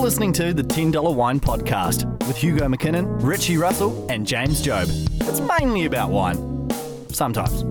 listening to the $10 Wine Podcast with Hugo McKinnon, Richie Russell, and James Job. It's mainly about wine. Sometimes.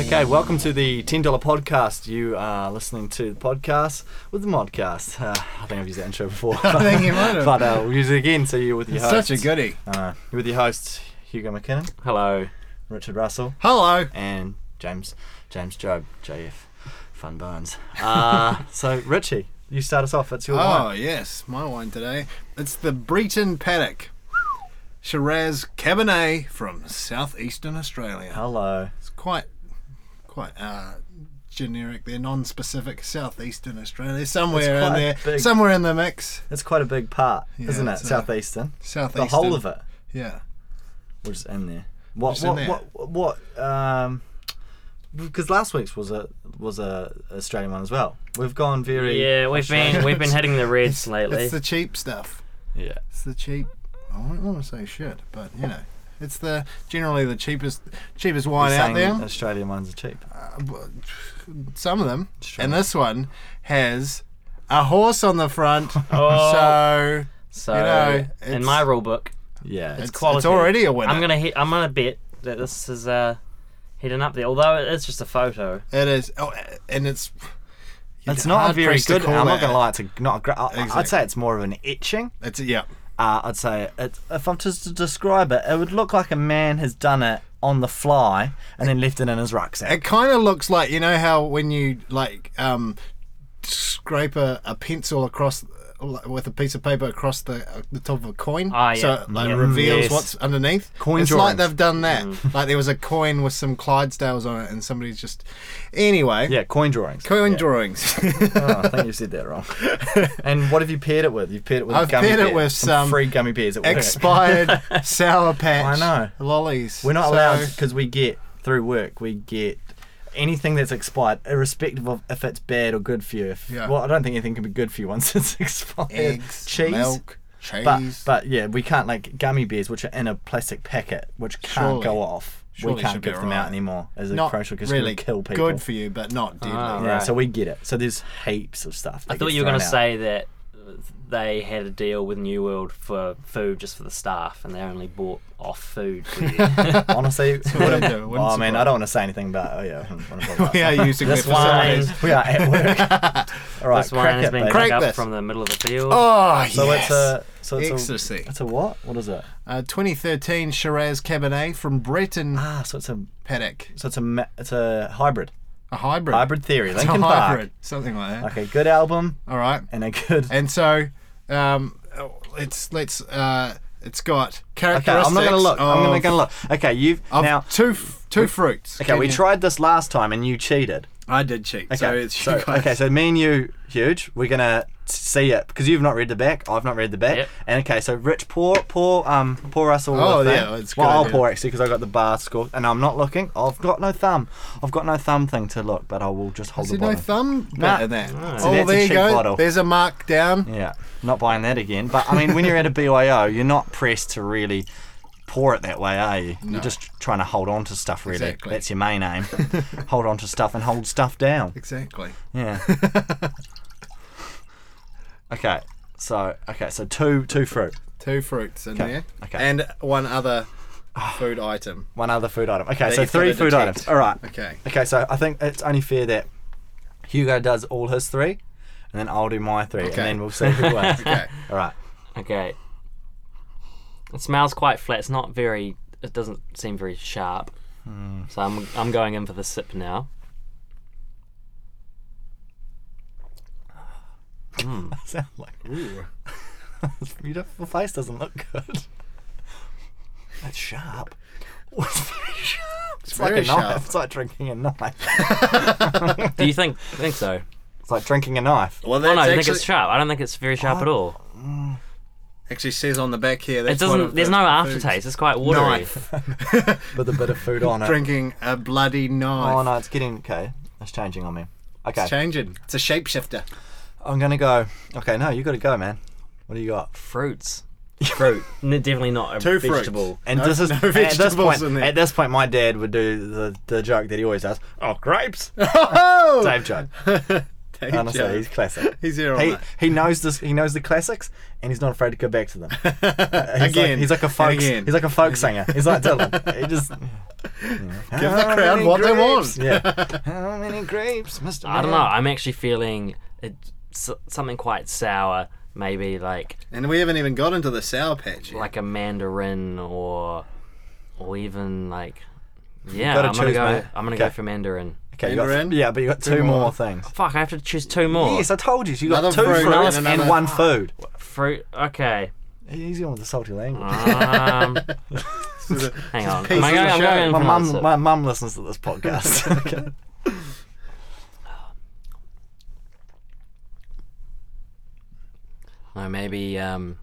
Okay, welcome to the $10 Podcast. You are listening to the podcast with the modcast. Uh, I think I've used that intro before. I think you might have. But uh, we'll use it again. So you're with your It's host. such a goodie. Uh, you're with your hosts, Hugo McKinnon. Hello. Richard Russell Hello. and James James Job JF Fun Burns. Uh, so Richie, you start us off. It's your Oh, wine. yes, my wine today. It's the Breton Paddock Shiraz Cabernet from southeastern Australia. Hello. It's quite, quite uh, generic. They're non-specific. Southeastern Australia, somewhere in quite there, big. somewhere in the mix. That's quite a big part, Yeah, isn't it? it's, uh, Southeastern. Southeastern. The whole of it, Yeah. which is in there. What? Just in What, there. what? What? Um. Because last week's was a was a Australian one as well. We've gone very Yeah, we've been we've been hitting the reds lately. It's the cheap stuff. yeah It's the cheap. I don't want to say shit, but you know, it's the generally the cheapest cheapest wine You're out saying there. Australian wines are cheap. some of them. true. And this one has a horse on the front. Oh. So so you know, in it's- my rule book, Yeah, it's, it's, quality. it's already a winner. I'm gonna hit, I'm gonna bet that this is uh heading up there. Although it is just a photo. It is. Oh, and it's. it's not a hard very pressed to good. call I'm not that- gonna lie. It's a, not a great. I'd say Exactly. it's more of an etching. It's yeah. uh, I'd say it, if I'm just to describe it, it would look like a man has done it on the fly and then left it in his rucksack. It kind of looks like you know how when you like um, scrape a, a pencil across with a piece of paper across the uh, the top of a coin, Ah, so yeah. it like Yeah. reveals Yes. what's underneath. Coin it's drawings. like they've done that. Mm. Like there was a coin with some Clydesdales on it, and somebody's just anyway. Yeah, coin drawings. Coin Yeah. drawings. Oh, I think you said that wrong. and what have you paired it with? You've paired it with I've gummy paired it bears, with some some free gummy bears at work. expired sour patch. I lollies. We're not So- allowed because we get through work. We get anything that's expired, irrespective of if it's bad or good for you. If- Yeah. Well, I don't think anything can be good for you once it's expired. eggs, cheese. milk, cheese. But but yeah, we can't like gummy bears, which are in a plastic packet, which can't Surely. go off. we Surely can't should be give them alright. out anymore as a not crucial because really kill people. good for you, but not deadly. yeah, Ah. Alright. so we get it. So there's heaps of stuff. I that thought gets you were gonna thrown out. say that they had a deal with New World for food just for the staff, and they only bought off food. For you. Honestly, what wouldn't- I do, wouldn't oh man, I surprise. don't want to say anything about. Oh yeah, I wouldn't wanna bother. we are using This their facilities. wine- we are at work. All right, this wine crack has it, been babe. Crack picked up this. from the middle of the field. Oh, So uh, yes. it's a so it's Ecstasy. A, it's a what? What is it? Uh, 2013 Shiraz Cabernet from Breton Ah, so it's a Paddock. so it's a ma- it's a hybrid A hybrid. hybrid theory. It's a Lincoln hybrid. Oh. Something like that. Park. Okay, good album All right. and a good. And so, um, it's let's uh, it's got Okay, characteristics. I'm not gonna look. I'm gonna, of- gonna look. Okay, you've of now. two f- two fruits. Okay, we Can you- tried this last time and you cheated. I did cheat. Okay, So it's so, okay, so me and you, huge. We're gonna see it because you've not read the back. I've not read the back. Yep. And okay, so Rich, pour, pour, um, pour us all. the Oh, thing. yeah, it's a Well, good I'll idea. pour actually because I got the bar score and I'm not looking. I've got no thumb. I've got no thumb thing to look, but I will just hold Is the there no bottle. thumb Nah. bit in that? So oh, that's a there you cheap go. bottle. There's a mark down. yeah, not buying that again. But I mean, when you're at a BYO, you're not pressed to really pour it that way, are you? You're just trying to hold on to stuff. Really, Exactly. that's your main aim. hold on to stuff and hold stuff down. Exactly. Yeah. okay. So okay. So two two fruit. Two fruits in Okay, there. okay. And one other food item. One other food item. Okay. That so you've got three to food detect. items. All right. Okay. Okay. So I think it's only fair that Hugo does all his three, and then I'll do my three, and Okay. then we'll see who wins. Okay. All right. Okay. It smells quite flat. It's not very. It doesn't seem very sharp. Hmm. So I'm I'm going in for the sip now. Sound like his beautiful face doesn't look good. That's sharp. It's very sharp. It's, like very a sharp. knife. It's like drinking a knife. Do you think? I think so. It's like drinking a knife. Well, Oh that's no, I actually, think it's sharp. I don't think it's very sharp at all. actually says on the back here. It That's one of doesn't. There's the no foods. aftertaste. It's quite watery. Knife. With a bit of food on it. Drinking a bloody knife. Oh no, it's getting okay. It's changing on me. Okay, It's changing. It's a shapeshifter. I'm gonna go. Okay, no, you gotta go, man. What do you got? Fruits. Fruit. N- definitely not a Two fruits. vegetable. And No- this is no at this vegetables point. in there. At this point, my dad would do the, the joke that he always does. Oh, grapes. Oh! Dave joke. okay. Honestly, Joe. he's classic. He's here all he, night. he knows this. He knows the classics, and he's not afraid to go back to them. He's like- again. he's like a and folk. Again. He's like a folk singer. He's like Dylan. He just Give the crowd what they want. Yeah. How many grapes, Mister? I don't know. I'm actually feeling it, s- something quite sour. Maybe like and we haven't even got into the sour patch yet. like a mandarin or or even like yeah. gotta I'm gonna choose, go. mate. I'm gonna go Okay. for mandarin. Okay, you got, Mandarin? yeah, but you got two, more. more. things. Fuck! I have to choose two more. Yes, I told you. You got Another two fruit fruits and and, another- one food. Fruit. Okay. He's going with the salty language. Ah. Um, This is a- hang on. piece Am I of going, I'm shit. going in my for mum, answer. my mum listens to this podcast. Okay. No, maybe um,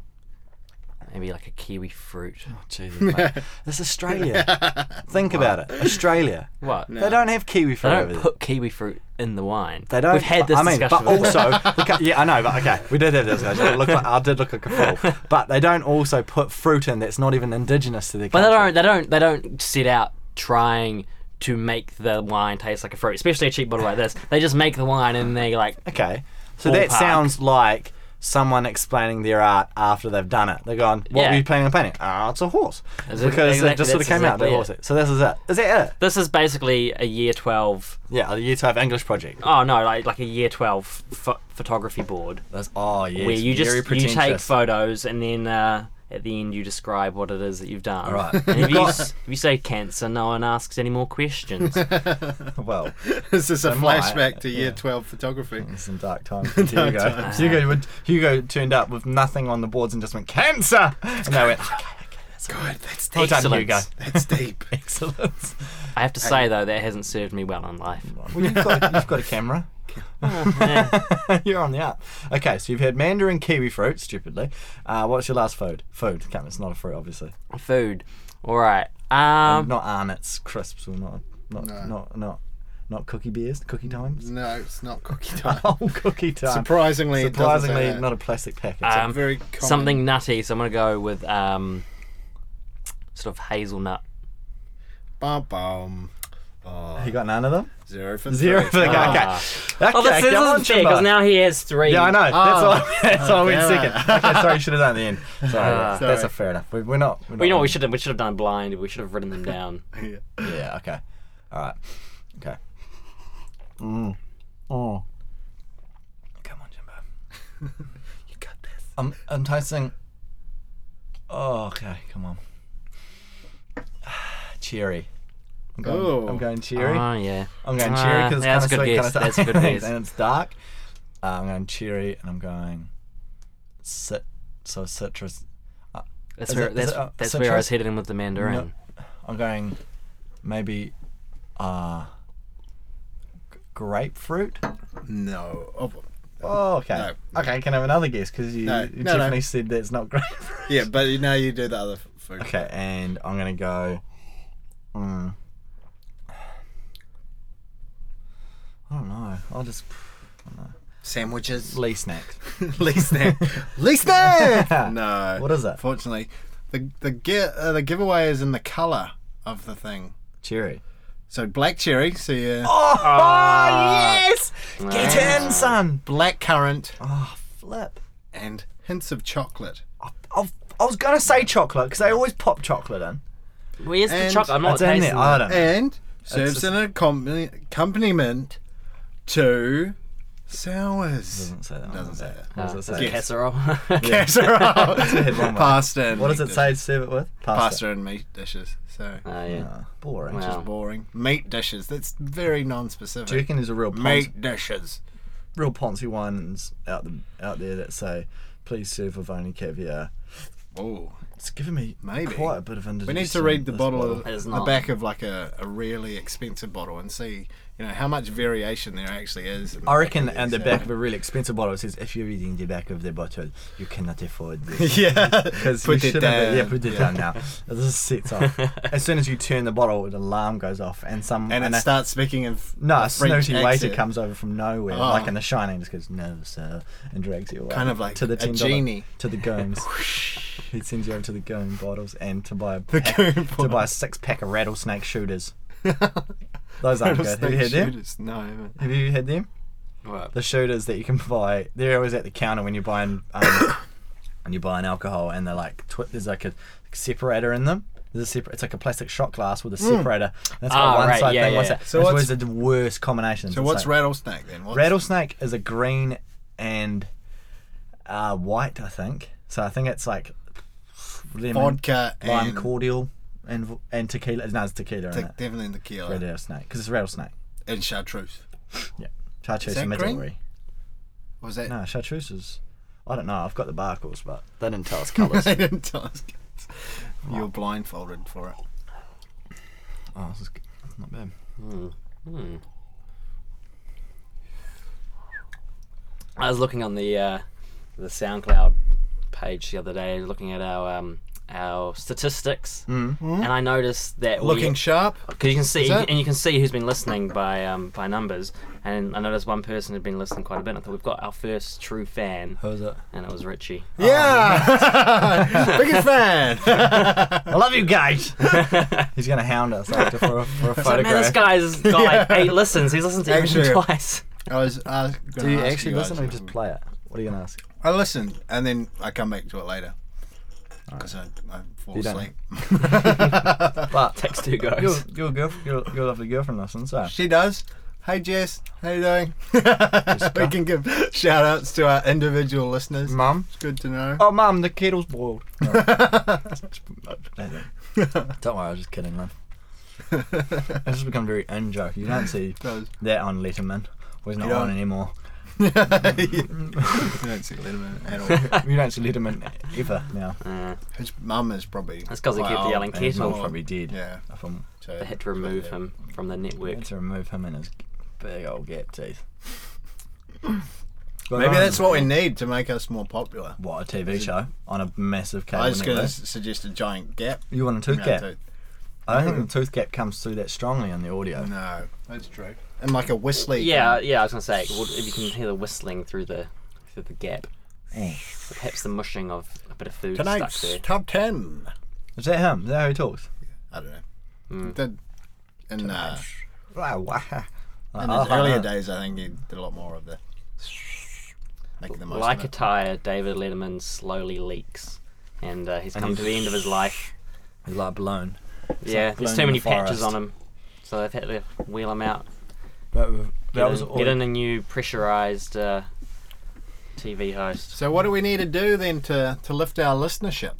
maybe like a kiwi fruit. oh, Jesus, mate. It's Australia. Think about it, Australia. What? They don't have kiwi They fruit over don't there. put kiwi fruit in the wine. They don't. We've had this I mean, discussion. but before. also, look at- yeah, I know, but okay, we did have this discussion. It looked like, I did look like a fool, but they don't also put fruit in that's not even indigenous to their But country. they don't. They don't. They don't set out trying to make the wine taste like a fruit, especially a cheap bottle like this. They just make the wine and they like. Okay, so that Ballpark. sounds like someone explaining their art after they've done it. They're going, "What Yeah. were you planning on painting? Oh, it's a horse," Is it- because exactly, it just sort of that's came out. They exactly horse it. So this is it. Is that it? This is basically a year twelve. Yeah, the Utah English project. Oh no, like like a year twelve ph- photography board That's oh yeah, where you just you take photos and then. Uh, at the end, you describe what it is that you've done. Alright. And if You've you, got- s- if you say cancer, no one asks any more questions. well, This is a Am I? flashback to year Yeah. Mm. 12 photography. some dark times. Dark Hugo. times. Hugo, would, Hugo turned up with nothing on the boards and just went cancer, and they went, "Okay, okay, that's God, that's well deep. done, Excellent. Hugo." That's deep. Excellent. I have to say though, that hasn't served me well in life. Well, you've got, you've got a camera. Oh, Yeah. You're on the up. Okay, so you've had mandarin kiwi fruit, stupidly. Uh, what's your last food? Food. Come, it's not a fruit, obviously. Food. All right. Um, not Arnott's crisps or not, not, No. not, not, not cookie beers, cookie times. No, it's not cookie time. Oh, cookie time. Surprisingly, it doesn't say Surprisingly, that. Ah. not a plastic packet. um, very common. something nutty. So I'm gonna go with um, sort of hazelnut. Bum, bum. Oh, you got none of them? zero for Zero three. Oh, for the guy. Okay. Ah. okay. Oh, this, this come on, isn't fair because Jimbo. now he has three. Yeah, I know. That's why. That's why I went damn it. second. Okay, sorry, should have done it at the end. Sorry, yeah, Sorry. that's a fair enough. We, we're not. We're not We know what we should have. We should have done blind. We should have written them down. Yeah. Yeah. Okay. All right. Okay. Mm. Oh. Come on, Jimbo. You got this. I'm I'm tasting. Oh, okay. Come on. cherry. I'm going, Ooh. I'm going cherry. Oh yeah. I'm going cherry Ah, because it's kind of yeah, that's a good sweet, guess. kind of That's a good guess. and it's dark. Uh, I'm going cherry, and I'm going cit. So citrus. That's Is where it- is that's, it, uh, that's where I was citrus? headed in with the mandarin. I'm going maybe uh g- grapefruit. No. Oh, Oh, okay. No. Okay, can I have another guess? Because you, No, you no, no. definitely said that's not grapefruit. yeah, but you know you do the other f- food. Okay, and I'm gonna go. Mm, I don't know. I'll just Sandwiches. lee snacks. Lee snack. Lee snack. No. What is it? Fortunately, the the gi- uh, the giveaway is in the color of the thing. Cherry. So black cherry. So yeah. Oh, yes! Get in, son. Black currant Oh, flip. and hints of chocolate. I, I, I was gonna say chocolate because they always pop chocolate in. Where's the And- chocolate? I'm not it's in tasting. there. I it. don't. know. and serves just- an accompan- accompaniment to sours. Doesn't say that. Doesn't say that. What Uh, does it's it a say? casserole. Casserole, had one way. pasta, and What meat does it dishes. say to serve it with? Pasta and meat dishes. So Oh, yeah. Ah, boring. Wow. Just- boring. Meat dishes. That's very Do you non-specific. reckon there's a real Ponzi, Meat dishes. real Ponzi ones out the, out there that say, "Please serve with only caviar"? Oh, It's giving me Maybe. quite a bit of indigestion. we need to read the this bottle, of, It's the not. back of like a, a really expensive bottle and see you know how much variation there actually is. in the I back reckon of at the these, back uh, of a really expensive bottle it says, "If you're reading the back of the bottle, you cannot afford this." yeah, Because put you it shouldn't down. be- Yeah, put it down now. This sets off. as soon as you turn the bottle, an alarm goes off, and some And it a- starts speaking in f- no, a French snooty waiter accent. comes over from nowhere, Oh. like in The Shining, just goes no sir, and drags you away. Kind of like to the a $10 genie. to the goons. he sends you over to the goon bottles and to buy a The pack- goon to buy a bottles. six pack of rattlesnake shooters. Those aren't good. Have Rattlesnake you had them? shooters. No, I haven't. Have you had them? Right. the shooters that you can buy. They're always at the counter when you're buying um, when you're buying alcohol, and they're like twi- there's like a separator in them. There's a separ- it's like a plastic shot glass with a Hmm. separator. And that's got Ah, one right, side yeah, thing. What's yeah. that? So So it's what's- always the worst combination. So what's rattlesnake then? What's, rattlesnake is a green and uh, white, I think. So I think it's like lemon, vodka lime and cordial, and v- and tequila. No, it's tequila te- in it. definitely the tequila Rattlesnake because it's rattlesnake. and chartreuse. Yeah, chartreuse that and green? Middelbury. Was that? No, chartreuse is. I don't know. I've got the barcodes, but They didn't tell us colours. they didn't tell us. You're blindfolded for it. oh, this is g- not bad. I was looking on the uh, the SoundCloud page the other day, looking at our um, our statistics, Mm-hmm. Mm. and I noticed that we- Looking sharp. Oh. Because you can see, Is that- and you can see who's been listening by um, by numbers. And I noticed one person had been listening quite a bit. and I thought we've got our first true fan, Who is it? and it was Richie. Yeah, biggest fan. I love you guys. He's gonna hound us after for a, for a Man, photograph. this guy's got like eight listens. He's listened to everything Actually- twice. I was. Uh, Do you actually listen or just play it? What are you gonna ask? I listen, and then I come back to it later because I, I fall You don't asleep. But Takes two goes. your your girl your, your lovely girlfriend listens. So She does. Hey Jess, how you doing? we can give shout outs to our individual listeners. mum. It's good to know. Oh, mum, the kettle's boiled. No. don't worry, I was just kidding, man. This has become very in joke. You don't see Does. that on Letterman. Well, he's not You on don't. anymore. you don't see Letterman at all. You don't see Letterman ever now. Uh, His mum is probably. That's 'cause he quite kept old. yelling, And his Kettle. mum's probably dead. Yeah. If I'm So they had to remove him from the network. had to remove him and his big old gap teeth. But um, on- Maybe that's what we need to make us more popular. What a TV show on a massive cable. I was going to network. suggest a giant gap. You want a tooth No, gap? tooth. I don't think the tooth gap comes through that strongly on the audio. No, that's true. And like a whistly. Yeah, yeah. I was gonna say it would- if you can hear the whistling through the through the gap, Eh. perhaps the mushing of a bit of food Tonight's stuck there. top ten. Is that him? Is that how he talks? I don't know. Hmm. The, in, uh, Wow, wow. in his earlier days, I think he did a lot more of the making the most Like of a it. tire, David Letterman slowly leaks, and uh, he's come to the end of his life. He's like blown. yeah, like there's blown in too many the patches forest. on him, so they've had to wheel him out. But that Get, was in, all. get in a new pressurized uh, TV host. So what do we need to do then to to lift our listenership?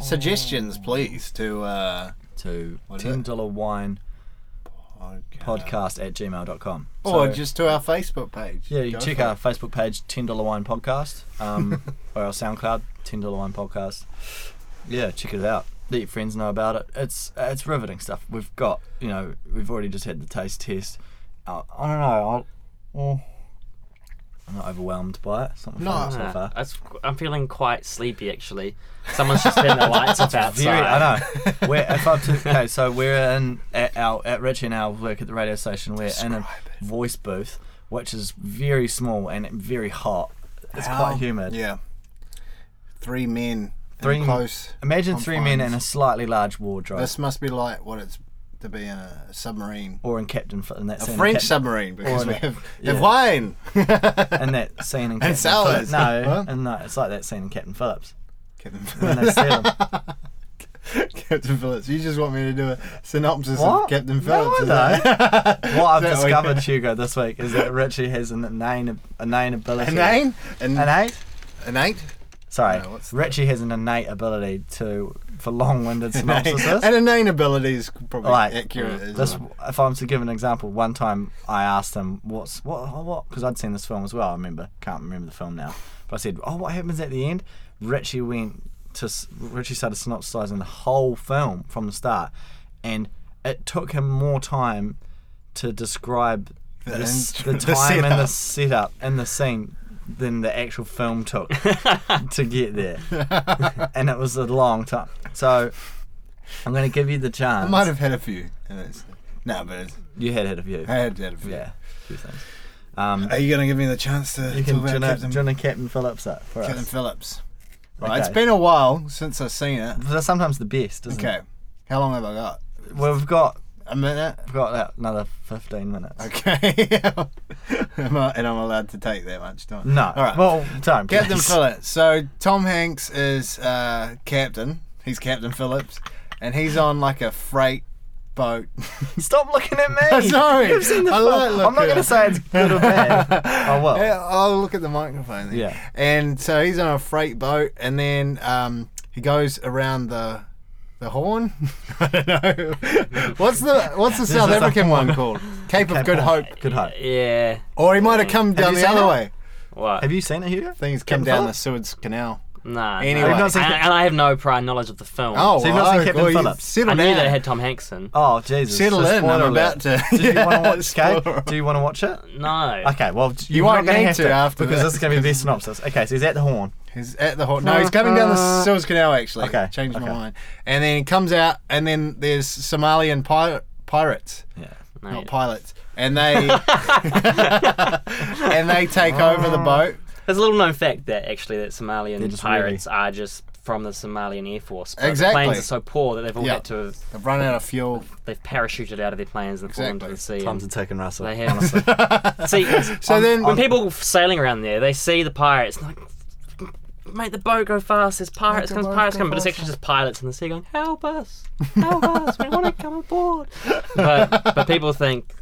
Suggestions, Oh. please, to uh, to What is it? ten dollar wine podcast at gmail.com. or So- just to our Facebook page. Yeah, you Go can check for our Facebook page, Ten Dollar Wine Podcast, um, or our SoundCloud, Ten Dollar Wine Podcast. Yeah, check it out. Let your friends know about it. It's it's riveting stuff. We've got you know we've already just had the taste test. Uh, I don't know. i oh, I'm not overwhelmed by it. It's not my No. favourite so Uh, far. that's- I'm feeling quite sleepy actually. Someone's just turned the lights off outside. Very, I know. We're if I'm too, okay, so we're in at our at Richie and our work at the radio station. We're in a voice booth, which is very small and very hot. It's quite Ow. humid. Yeah, three men. Three Three close. Imagine I'm three men fine. in a slightly large wardrobe, This must be like what it's to be in a submarine, or in Captain Phil- in that a scene in French Cap- submarine, because we an- have, yeah. have wine. in that scene in Captain sours. Phillips. No, Huh? and no, it's like that scene in Captain Phillips. Captain When they Phillips. steal 'em. Captain Phillips. You just want me to do a synopsis of What? Captain No, Phillips. I is that- what I've Is that what discovered, you- Hugo, this week is that Richie has an inane, inane ability. An eight? An, An eight? an eight? Sorry, No, what's the- Richie has an innate ability to for long-winded An eight. synopsis. Mm, And a nine ability is probably like accurate. as this, well. if I'm to give an example, one time I asked him what's what what because I'd seen this film as well. I remember can't remember the film now, but I said, "Oh, what happens at the end?" Richie went to s- Richie started synopsising the whole film from the start, and it took him more time to describe the, s- int- the the time and the setup. setup and the scene than the actual film took to get there, and it was a long time. So. I'm going to give you the chance. I might have had a few. and it's- No, but it's, You had had a view. I had had a few. Yeah, a few things. Um, Are you going to give me the chance to you talk can about Jonah, Captain, Captain, Captain Phillips up for Captain us. Phillips? Right, it's Okay. been a while since I've seen it. They're sometimes the best, isn't Okay, how long have I got? it? We've got a minute. I've got uh, another 15 minutes. Okay. Am I- and I'm allowed to take that much time. No. All right. Well, time. Captain please. Phillips. So Tom Hanks is uh, captain. He's Captain Phillips, and he's on like a freight boat. Stop looking at me. Sorry. You've seen the I film. like I'm not looking going to at- say it's good or bad. I will. Yeah, I'll look at the microphone. Then. Oh, Yeah. And so he's on a freight boat, and then um, he goes around the the horn. I don't know. what's the what's the South is the African one called? Cape, of Good Hope. Good hope. Yeah. Or he might have come down you the seen other it? way. What? Have you seen it, Hugo? I think he's come Captain down Phillips? the Suez Canal. Nah. Anyway. no. You've not seen and, Cap- and I have no prior knowledge of the film. Oh, So you've not seen wow, Captain well, you Phillips? Settle I knew down. they had Tom Hanks in. Oh Jesus! Settle So in, spoiler I'm about alert. to- Do you want to watch? Spoiler Okay. alert. Do you want to watch it? No. Okay. Well, You you're won't not gonna need have to to, after because this. this is going to be the synopsis. Okay, so he's at the horn. He's at the horn. No, he's coming down the Suez Canal actually. Uh-huh. Okay, Changed my okay. mind. And then he comes out, and then there's Somalian pir- pirates, Yeah. No, not yeah. pilots, and they and they take over Oh. the boat. There's a little known fact that actually that Somalian just pirates are just from the Somalian Air Force. But Exactly. The planes are so poor that they've all Yeah. had to have, They've run out of fuel. they've parachuted out of their planes and fallen into the sea. Exactly. Tom's And attacking Russell. they have. honestly. See, So then, when people sailing around there, they see the pirates and like, make the boat go fast. There's pirates the coming, boat pirates go coming, but it's actually just pilots in the sea going, "Help us, help us, we want to come aboard." But but people think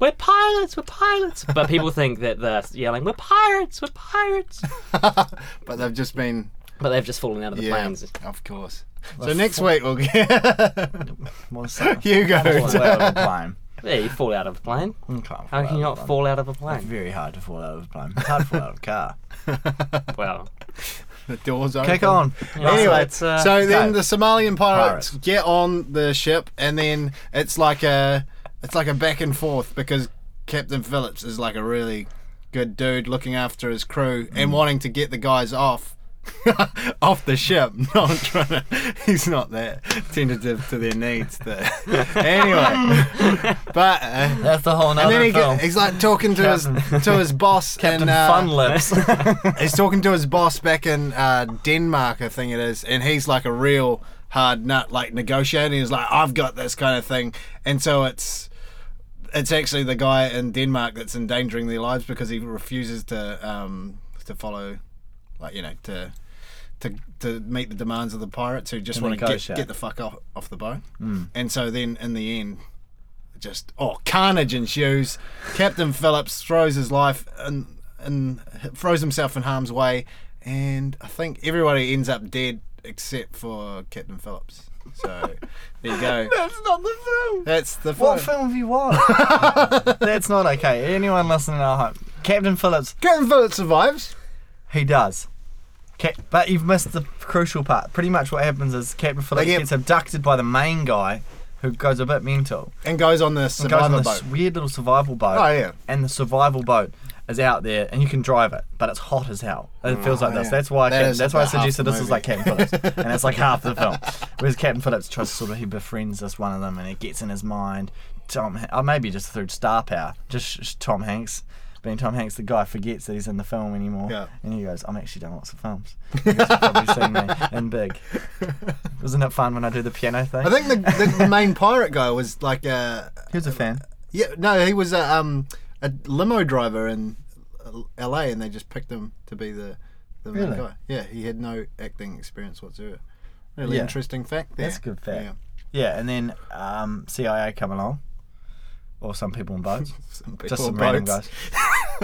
we're pirates, we're pirates. But people think that they're yelling, "We're pirates, we're pirates." but they've just been But they've just fallen out of the yeah, planes. of course. So next week we'll get What's that? you go. Fall out of a plane. Yeah, you fall out of a plane. You can't fall How can you out of not a plane. fall out of a plane? Very hard to fall out of a plane. It's hard to fall out of a car. Well, the doors open. Kick on. Yeah. Anyway, anyway, it's, uh, so no. then the Somalian pirates, Pirates. get on the ship, and then it's like a it's like a back and forth because Captain Phillips is like a really good dude looking after his crew and Mm. wanting to get the guys off. off the ship. No, I'm trying to. He's not that tentative to their needs. That, anyway, but uh, that's the whole and then nother he film. get, he's like talking to Captain- his to his boss Captain and uh, Fun Lips. He's talking to his boss back in uh, Denmark, I think it is, and he's like a real hard nut, like negotiating. He's like, "I've got this kind of thing," and so it's it's actually the guy in Denmark that's endangering their lives because he refuses to um, to follow, like you know, to to to meet the demands of the pirates who just To want to get, negotiate. Hmm. get the fuck off off the boat. And so then in the end, just oh carnage ensues. Captain Phillips throws his life and and throws himself in harm's way, and I think everybody ends up dead except for Captain Phillips. So there you go. that's not the film. That's the What film. film have you watched? that's not okay. Anyone listening at home, Captain Phillips, Captain Phillips survives. he does. Cap- but you've missed the crucial part. Pretty much what happens is Captain Phillips get- gets abducted by the main guy, who goes a bit mental. and goes on the and goes on survivor this boat. weird little survival boat. Oh, yeah. And the survival boat is out there, and you can drive it, but it's hot as hell. It feels like this. Oh, yeah. That's why. I That Captain- is that's why I about half suggested the this is movie. like Captain Phillips, and it's like half the film. Whereas Captain Phillips tries to sort of he befriends this one of them, and it gets in his mind. Tom, or maybe just through star power, just sh- sh- Tom Hanks. Being Tom Hanks, the guy forgets that he's in the film anymore, Yeah. and he goes, "I'm actually done lots of films. You've probably seen me in big. Wasn't it fun when I do the piano thing? I think the, the, the main pirate guy was like a he was a fan. yeah no he was a um a limo driver in L.A. and they just picked him to be the the main Really? guy. Yeah, he had no acting experience whatsoever. Really Yeah. interesting fact. There. That's a good fact. Yeah, and then um, CIA come along, or some people in boats, Some just people some on random boats. guys,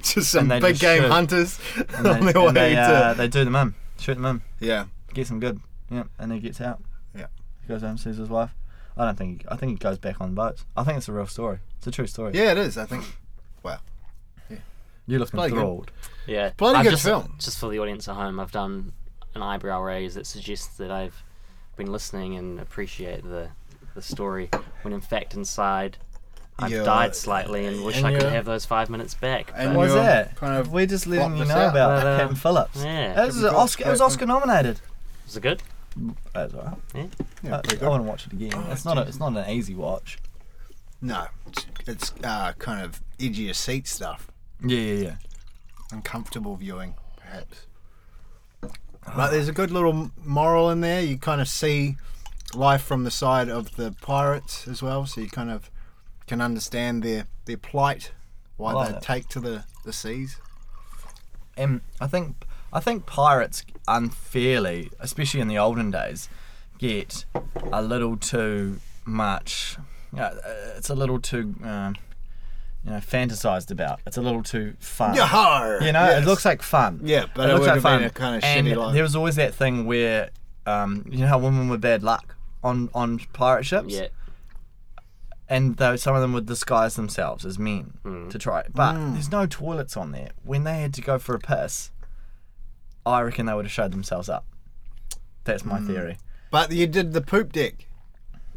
just some they big just game shoot. hunters and on they, their way and they, to uh, they do them in, shoot them in, yeah. gets them good, yeah, and he gets out. Yeah. he goes home sees his wife. I don't think I think he goes back on boats. I think it's a real story. It's a true story. Yeah, it is. I think Uh, you look bloody good. enthralled. yeah. Bloody I've good just, film. Just for the audience at home, I've done an eyebrow raise that suggests that I've been listening and appreciate the the story, when in fact inside I've You're- died slightly and wish and I could you're- have those five minutes back. and but- What you're was that? kind of We're just blocked letting you us know out. about But, uh, Captain Phillips. yeah. That was an Captain Phillips, Oscar. It was Captain- Oscar nominated. was it good? That's all right. Yeah, I- pretty I, good. Oh, want to watch it again. it's not. A, it's not an easy watch. No, it's, it's uh, kind of edgier seat stuff, Yeah, yeah, yeah. uncomfortable viewing, Uh-huh. perhaps. But there's a good little moral in there. You kind of see life from the side of the pirates as well, so you kind of can understand their their plight, why I like they that. take to the the seas. um, I think I think pirates unfairly, especially in the olden days, get a little too much. You know, uh, it's a little too, um, you know, fantasized about. It's a little too fun. Yahar! Uh, You know, Yes. it looks like fun. Yeah, but it looks like would have been a kinda and shitty life. There was always that thing where, um, you know, how women were bad luck on on pirate ships Yeah. and though some of them would disguise themselves as men Mm. to try it. But there's no toilets on there. When they had to go for a piss, I reckon they would have showed themselves up. That's my theory. But you did the poop deck.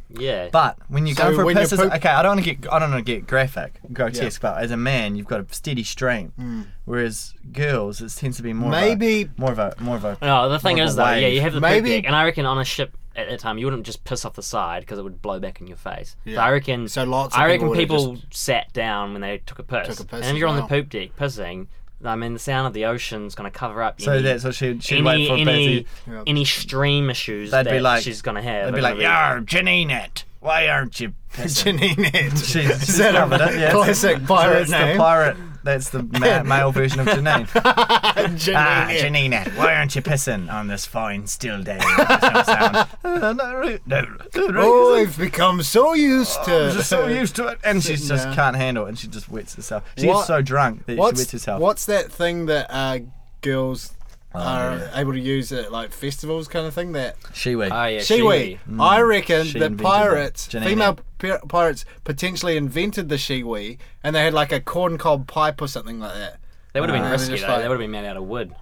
Yeah. But when you So go for a when you piss, as- poop- okay, I don't want to get I don't want to get graphic, grotesque, but as a man, you've got a steady stream. Whereas girls, it tends to be more Maybe- of a, more of a more of a Uh, no, the thing more of is a though, yeah, wave. you have the Maybe- Maybe. deck, and I reckon on a ship at that time you wouldn't just piss off the side because it would blow back in your face. So I reckon. So lots of I people reckon would've people sat down when they took a piss. Took a piss and if as you're on the well. poop deck pissing, I mean the sound of the ocean's gonna cover up. So any, that's what she she wait any for a any, busy. Yeah. any stream issues They'd that be like- she's gonna have. They'd are be like, gonna "Yar, Janinette, why aren't you pissing?" Jeanette. She's, she's Is that covered it, a yeah. classic So pirate it's name? the pirate. That's the ma- male version of Janine. ah, Jeanette. Janina, why aren't you pissing on this fine still day? There's no sound. "Ah, not really- no, not really, Uh, Oh, is it?" I've become so used to. Oh, I'm just so used to it, and she Sitting just there. can't handle it, and she just wets herself. She What- gets so drunk that she what's, wets herself. what's that thing that uh, girls are Oh, yeah. able to use at like festivals, kind of thing? That She wet. be, oh yeah, shiwi. Mm. shiwi. I reckon She that Mm. invented pirates, that. Janine. female pi- pirates, potentially invented the shiwi, and they had like a corncob pipe or something like that. They would have Ah. been risky Just though. like- they would have been made out of wood,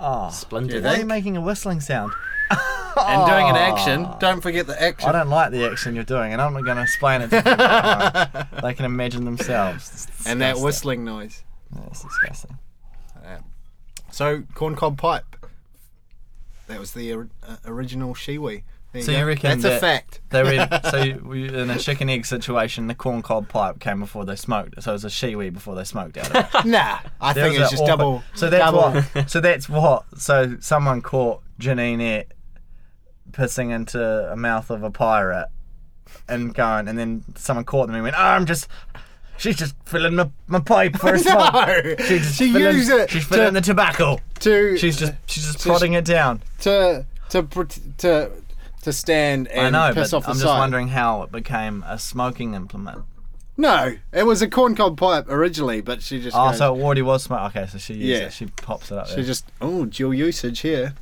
Oh, splintered. why are you making a whistling sound? And doing an action, Oh. don't forget the I action. don't like the action you're doing, and I'm not going to explain it to people. they can imagine themselves. It's And that disgusting. whistling noise. That's disgusting. So corncob pipe. That was the or- uh, original shiwi. There So go. you reckon that's that- a fact? They were so you- we- in a chicken egg situation. The corn cob pipe came before they smoked, so it was a shiwi before they smoked out of it. Nah, I There think was that it's just awkward- double. So that's double. what. So that's what. So someone caught Janine pissing into a mouth of a pirate and going, and then someone caught them and went, "Oh, I'm just." She's just filling my, my pipe for a smoke. No, she, She's filling, used it She's filling to, the tobacco. to She's just she's just So prodding it down. to to pr- to to stand and I know, piss but off the I'm just side. wondering how it became a smoking implement. No, it was a corncob pipe originally, but she just Oh, goes- so it already was smart. Okay, so she used Yeah. it. She pops it up there. she just oh dual usage here.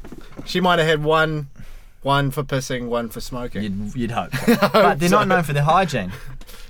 She might have had one, one for pissing, one for smoking. You'd, you'd hope. so. but they're so. not known for their hygiene.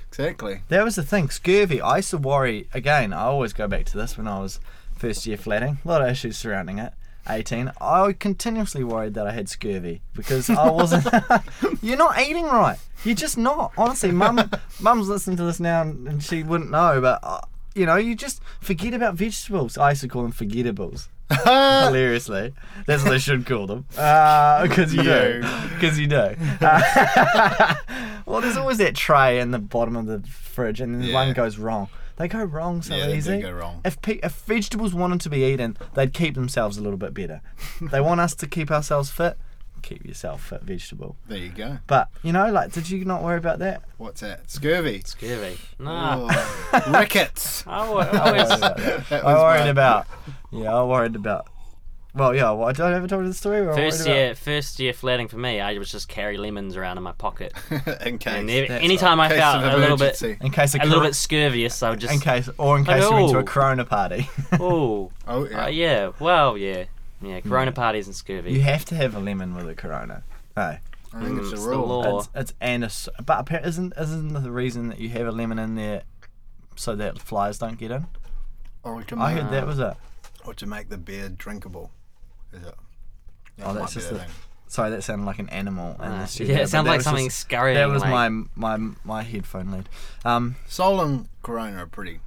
Exactly. That was the thing. Scurvy. I used to worry, again, I always go back to this when I was first year flatting. A lot of issues surrounding it. 18. I continuously worried that I had scurvy because I wasn't. You're not eating right. You're just not. Honestly, mum, mum's listening to this now and and she wouldn't know, but. Uh, you know, you just forget about vegetables. I used to call them forgettables. Uh, Hilariously, that's what they should call them. Because Uh, you do, because you do. Uh, well, there's always that tray in the bottom of the fridge, and then Yeah. one goes wrong. They go wrong so Yeah, they do easy. go wrong. If pe- if vegetables wanted to be eaten, they'd keep themselves a little bit better. they want us to keep ourselves fit. Keep yourself fit, vegetable. There you go. But you know, like, did you not worry about that? What's that? Scurvy. Scurvy. Nah. Oh, rickets. Uh, I wa- I always- I That was Ah. worried my- about. Yeah, I worried about. Well, yeah. Well, I don't ever told you the story. where I First worried about- year, first year flirting for me, I was just carry lemons around in my pocket, in case. In and every, That's anytime I case felt of a little bit, emergency. in case a little bit scurvious, I would in just, case or in case you went to a Oh. Corona party. oh, Oh yeah. yeah. Hmm. Uh, yeah, well, yeah, yeah. Corona parties and scurvy. you have to have a lemon with a Corona. No, I think it's Mm, a it's the rule. law. it's it's and a s but appa- isn't isn't the reason that you have a lemon in there so that flies don't get in? Or to, I make, heard that was it. or to make the beer drinkable. Is it? That Oh, might that's be just the the- thing. Sorry, that sounded like an animal. in Uh, the studio, yeah, but it sounded that like was something just- scurrying. That was like, my my my headphone lead. Um, Sol and Corona are pretty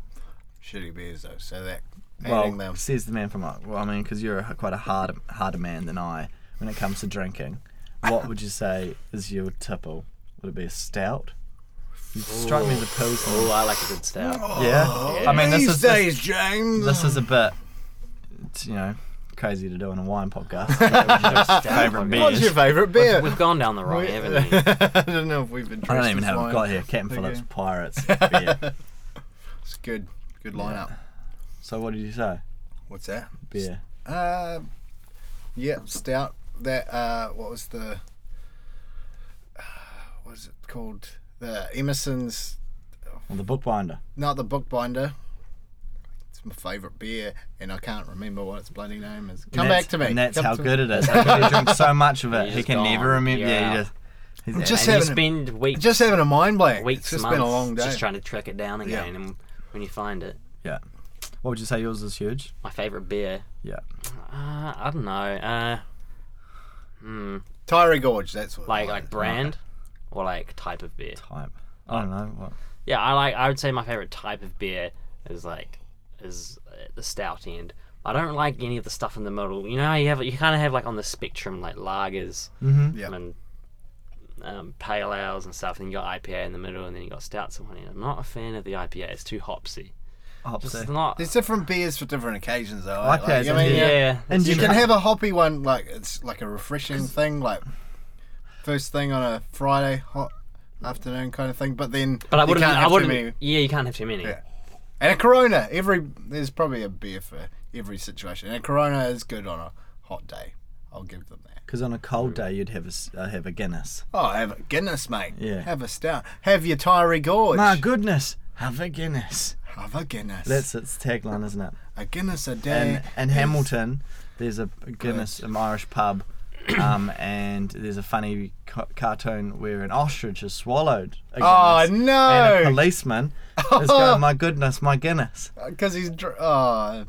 shitty beers though, so that adding well, them. says the man from well, I mean, because you're a, quite a hard harder man than I when it comes to drinking. What would you say is your tipple? Would it be a stout? You strike me as a pilsner. Oh, I like a good stout. Oh. Yeah. I mean, this These is days, James. this is a bit, it's, you know, crazy to do in a wine podcast. favorite beer. What's your favourite beer? We've gone down Oh, the wrong haven't we? I don't know if we've been. I don't traced even with have it wine. got here. Captain Okay. Phillips Pirates beer. It's good. Good lineup. So what did you say? What's that? Beer. Uh, yeah, stout. That uh, what was the? uh, What is it called? The Emerson's, Well, the bookbinder. not the Bookbinder. It's my favourite beer, and I can't remember what its bloody name is. Come And back that's- to me. And that's Come how to good it is. He drinks so much of it, He's he just can never gone. remember. You're Yeah, he out. just. He's out. Just and you having a- spend weeks, Just having a mind blank. weeks, it's just months, been a long day. just trying to track it down Yeah. again. And when you find it, yeah. What would you say yours is huge? my favorite beer. Yeah. Uh, I don't know. Uh, hmm, Tyree Gorge. That's what. like mine like is. brand or like type of beer. Type. I don't know. What? Yeah, I like. I would say my favorite type of beer is like is at the stout end. I don't like any of the stuff in the middle. You know, how you have you kind of have like on the spectrum like lagers Mm-hmm. Yeah. and um, pale ales and stuff, and then you got IPA in the middle, and then you got stouts in one end. I'm not a fan of the IPA. It's too hopsy. It's Hopsy. not. There's different beers for different occasions, though. Like Like, like, those, I mean, yeah. yeah. And You you can have a hoppy one, like it's like a refreshing thing, like first thing on a Friday hot afternoon kind of thing. But then, But I you wouldn't. can't have I too wouldn't. many- Yeah, you can't have too many. Yeah. And a Corona, every there's probably a beer for every situation, and a Corona is good on a hot day. I'll give them that. Because on a cold day, you'd have a, s- uh, have a Guinness. Oh, have a Guinness, mate. Yeah. Have a stout. Have your Tyree Gorge. My goodness, have a Guinness. Have a Guinness. That's its tagline, isn't it? a Guinness a day. And in Hamilton, there's a Guinness, an Irish pub, um, and there's a funny ca- cartoon where an ostrich is swallowed. A Oh Guinness, And a no! policeman is going, "My goodness, my Guinness." Because he's dr- oh,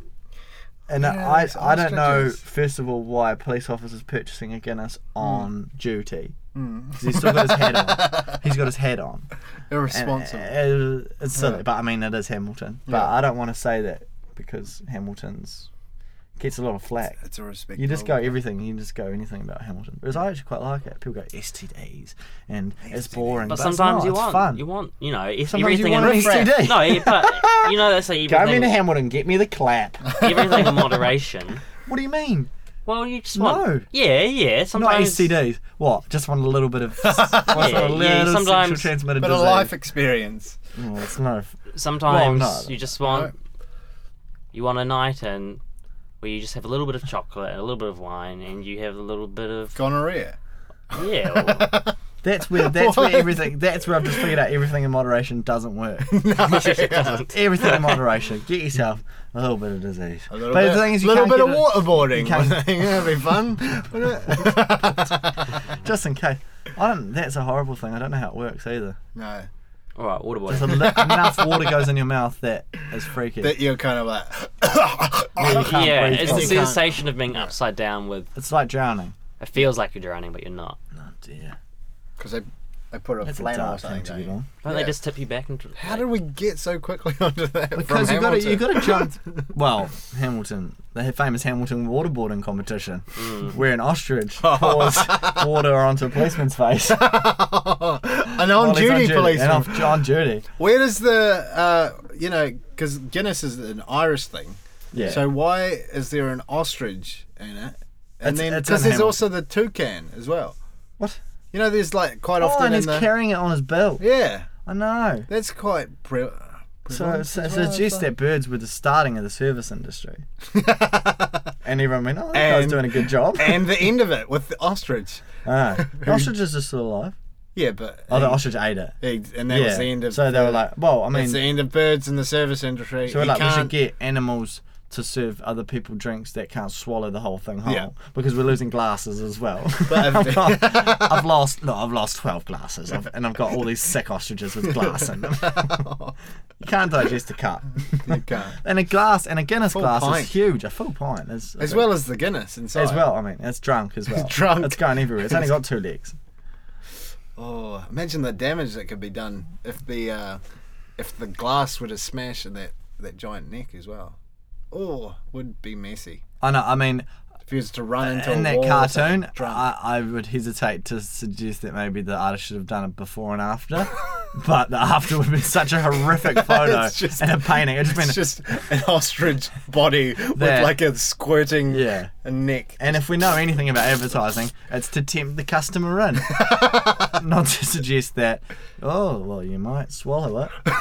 And Yeah, I, it's I don't know, ostriches. first of all, why a police officer's purchasing a Guinness Hmm. on duty. 'Cause he's still got his head on. He's got his head on. And irresponsible. it- it's silly, but I mean, it is Hamilton. But Yeah. I don't want to say that because Hamilton's gets a lot of flack. It's a respect. uh, You just go everything. You just go anything about Hamilton. Whereas I actually quite like it. People go STDs, and it's boring. But But, sometimes it's not, you it's want. fun. You want. You know. If Sometimes you everything want in an STD. No, yeah, but you know that's like go into everything. Hamilton, get me the clap. everything in moderation. what do you mean? Well, you just want. No. Yeah, yeah. Not Sometimes. STDs. What? Just want a little bit of just want a Yeah, little yeah, sexual sometimes- transmitted But a disease. life experience. Oh, it's no. f- Sometimes Well, no. you just want. You want a night and where you just have a little bit of chocolate and a little bit of wine and you have a little bit of Gonorrhea. yeah. well, That's where. That's where What? everything. That's where I've just figured out everything in moderation doesn't work. everything in moderation. Get yourself a little bit of disease. A little but bit, the thing is, you little can't bit get of it- waterboarding. can't- That'd be fun. wouldn't it? Just in case. I don't. That's a horrible thing. I don't know how it works either. no, All right, water boy. There's a li- enough water goes in your mouth that is freaky. that you're kind of like. you can't Yeah, breathe it's the properly. can't- sensation of being upside down with. It's like drowning. It feels like you're drowning, but you're not. Oh dear. Because they, they put a That's a flannel dark or something. eh? thing to don't get you? on. Don't Yeah. they just tip you back into? How did we get so quickly onto that? from Because you got to Hamilton? you got to jump. Well, Hamilton, the famous Hamilton waterboarding competition, Mm. where an ostrich pours water onto a policeman's face An while on he's duty policeman. and off on duty. Where does the uh, you know? Because Guinness is an Irish thing. Yeah. So why is there an ostrich in it? It's- And then it's because in there's Hamilton. also the toucan as well. what? You know, there's like quite Oh, often and in he's the carrying it on his belt. yeah. I know. That's quite pre. So prevalent it su- as well, suggests so- that birds were the starting of the service industry, and everyone went, "Oh, that guy's And- doing a good job." and the end of it with the ostrich. Ah, the ostrich is just still alive. Yeah, but Oh, the ostrich ate it. he- and that yeah. was the end of. so they the- were like, "Well, I mean, that's the end of birds in the service industry. So we're You like, we should can't- get animals to serve other people drinks that can't swallow the whole thing whole Yeah. because we're losing glasses as well. But I've, if- got, I've lost no, I've lost twelve glasses, I've, and I've got all these sick ostriches with glass in them. you can't digest a cup. You can't. and a glass and a Guinness Full glass pint. is huge. A full pint is, As well as the Guinness inside. as well. I mean, it's drunk as well. Drunk. It's going everywhere. It's only got two legs. Oh, imagine the damage that could be done if the uh, if the glass were to smash in that that giant neck as well. Oh, would be messy. I know. I mean, If he was to run into a in that wall or cartoon, something, drunk. I, I would hesitate to suggest that maybe the artist should have done it before and after. but the after would have been such a horrific photo It's just- and a painting. It'd just been It's just an ostrich body with There. like a squirting Yeah. a neck. And if we know anything about advertising, it's to tempt the customer in, not to suggest that. Oh well, you might swallow it.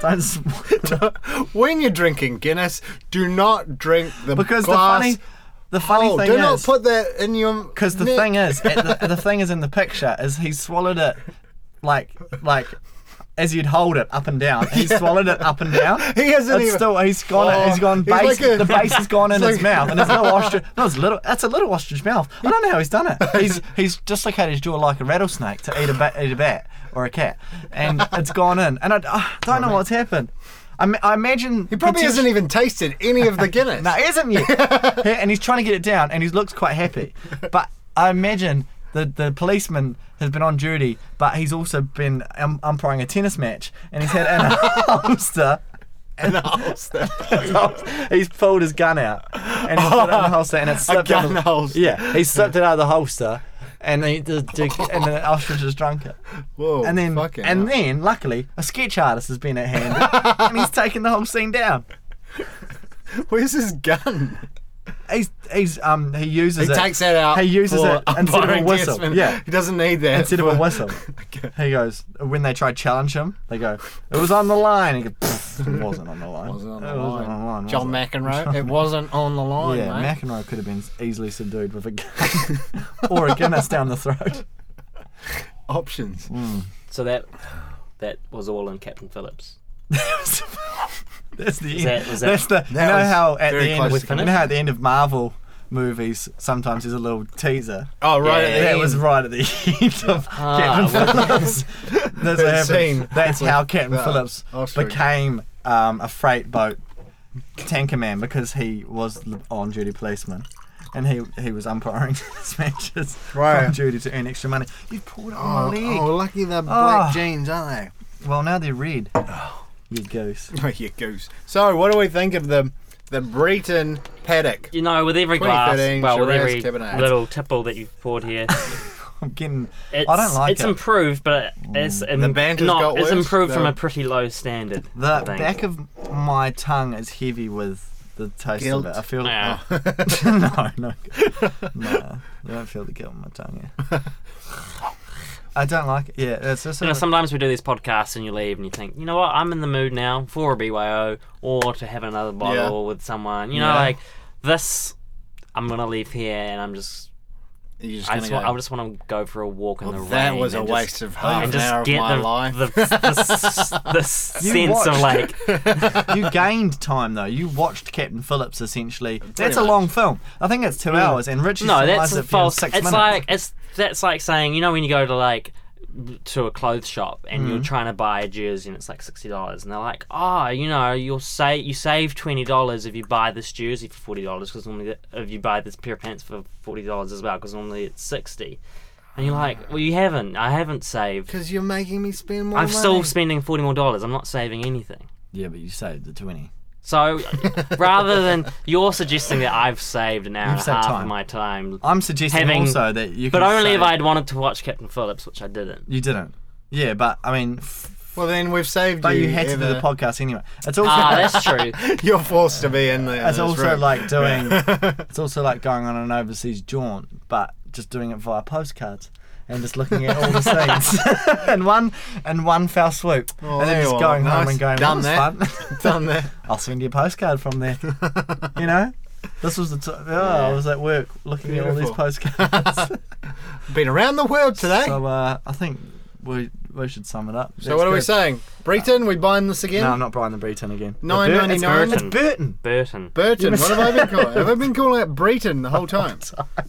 Don't swallow it. When you're drinking Guinness, do not drink the because glass. the funny, the funny Oh, thing do is, not put that in your. Because the neck. thing is, at the, the thing is in the picture is he swallowed it, like like. As you'd hold it up and down, he swallowed it up and down. He hasn't It's even- still. He's gone. Oh, he's gone. he's Base, like a- the base has gone in he's his like- mouth, and it's no ostrich. No, it's little. That's a little ostrich mouth. I don't know how he's done it. He's he's dislocated his jaw like a rattlesnake to eat a bat, eat a bat or a cat, and it's gone in. And I, I don't know what's happened. I, ma- I imagine He probably hasn't even tasted any of the Guinness. no, it isn't yet. Yeah, and he's trying to get it down, and he looks quite happy. But I imagine the the policeman has been on duty, but he's also been um, umpiring a tennis match, and he's had an holster. And holster. he's pulled his gun out and he's put it in the holster and it's A slipped out gun of, holster. Yeah, he slipped it out of the holster and he, the, the, and the ostrich has drunk it. Whoa. And then fucking and hell. then luckily a sketch artist has been at hand and he's taken the whole scene down. Where's his gun? He's he's um he uses He it. takes that out. He uses for it instead of a umpiring whistle. Desmond. Yeah. He doesn't need that. Instead of a for- whistle. Okay. He goes when they try to challenge him. They go, "It was on the line." He goes, "Pfft, "It wasn't on the line. Wasn't on It the wasn't line. on the line, was John it?" McEnroe. it wasn't on the line, Yeah, mate. McEnroe could have been easily subdued with a gun or a Guinness down the throat. Options. So that that was all in Captain Phillips. That's the Was end. that- was that- That's the. That you know was how at the very end, close to you know finish. how at the end of Marvel movies sometimes there's a little teaser. Oh, right. Yeah, at the That end. was right at the end of Ah, Captain well- Phillips. That's, what happened. Scene. That's how Captain that Phillips ostrich. became um, a freight boat tanker man because he was the on-duty policeman. And he, he was umpiring his matches Right. on duty to earn extra money. You pulled it on Oh, my leg. oh, lucky they're Oh. black jeans, aren't Well, now they're red. You goose. they? Oh, you goose. So, what do we think of the the Breton paddock? You know, with every glass, 2013 well, with every Shiraz Cabernet. little tipple that you've poured here, I'm getting. it's, I don't like it's it. improved, but it's Mm. im- The banter's not, got it's worse, improved from though. a pretty low standard. I The think. back of my tongue is heavy with the taste Guilt. Oh. of it. I feel. Yeah. no, no, no. I don't feel the guilt in my tongue. Yeah. I don't like it. Yeah, it's just. You know, a- sometimes we do these podcasts and you leave and you think, you know what, I'm in the mood now for a BYO or to have another bottle with someone. You know, Yeah. like this, I'm gonna leave here and I'm just, You're just I gonna just, go, want, I just want to go for a walk in the that rain. was a and waste just, of half and an just hour of get my the, life. the, the, the sense of watched. like you gained time though. You watched Captain Phillips essentially. That's a much. long film. I think it's two hours, and Richie no, summarised that's it for you in false. Six it's minutes. like it's that's like saying you know when you go to like to a clothes shop and Mm. you're trying to buy a jersey and it's like sixty dollars and they're like, oh, you know, you'll say you save twenty dollars if you buy this jersey for forty dollars because normally the- if you buy this pair of pants for forty dollars as well because normally it's sixty. And you're like, well, you haven't. I haven't saved. Because you're making me spend more I'm money. still spending forty more dollars. I'm not saving anything. yeah, but you saved the twenty. So rather than you're suggesting that I've saved an hour You've and a saved half time. of my time, I'm suggesting Having- also that you. but can only save- if I'd wanted to watch Captain Phillips, which I didn't. You didn't. Yeah, but I mean, f- Well, then we've saved but you. you had to do Heather. the podcast anyway. It's also Ah, that's true. You're forced to be in there. It's also like doing. it's also like going on an overseas jaunt, but just doing it via postcards and just looking at all the scenes in one in one fell swoop, Oh, and then there just you are. going home Nice. and going, Done that was that. fun." done that. I'll send you a postcard from there. you know, this was the t- oh, I was at work looking at all these Beautiful. postcards. Been around the world today. So, so uh, I think we we should sum it up. That's what are we good. saying? Breton, we buying this again? No, I'm not Brian the Breton again. Nine The Bur- ninety it's nine. Burton. It's Burton. Burton. Burton. You What have I been calling? have I been calling it Breton the whole time?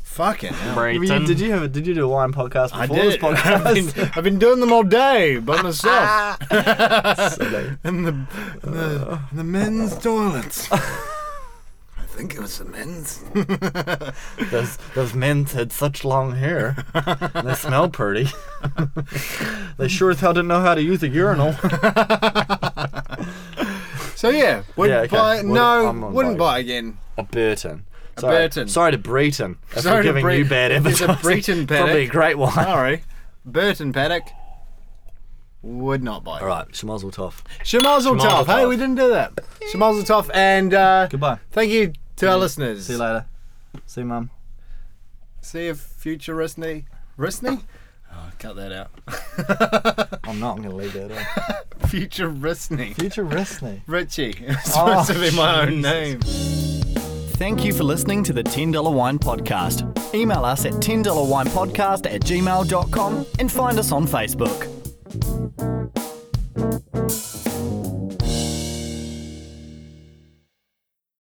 Fucking hell. You- Burton. Did you have a, did you do a wine podcast before I this did. I've podcast? been, I've been doing them all day by myself. in the in the, in the men's toilets. I think it was the men's. Those, those men had such long hair. And they smelled pretty. they sure as hell didn't know how to use a urinal. So yeah, wouldn't Yeah, okay. buy. Would- no, I'm on wouldn't board. buy again. a Burton. A Sorry, Burton. Sorry to Breton. If Sorry we're to giving Bre- you bad if there's a advertising. Breton Probably a paddock. great one. Sorry, Burton paddock. Would not buy. All right, Shemazel Tov. Shemazel Shemazel Tov. Hey, Tov. we didn't do that. Shemazel Tov, and uh, Goodbye. thank you to our listeners. See you later. See you, Mum. See you, future Risney. Risney? Oh, cut that out. I'm not. I'm gonna leave that in. future Risney. Future wrestling. Richie. It's Oh, supposed to be my own Jesus. name. Thank you for listening to the $10 Wine Podcast. Email us at $10winepodcast at gmail.com and find us on Facebook.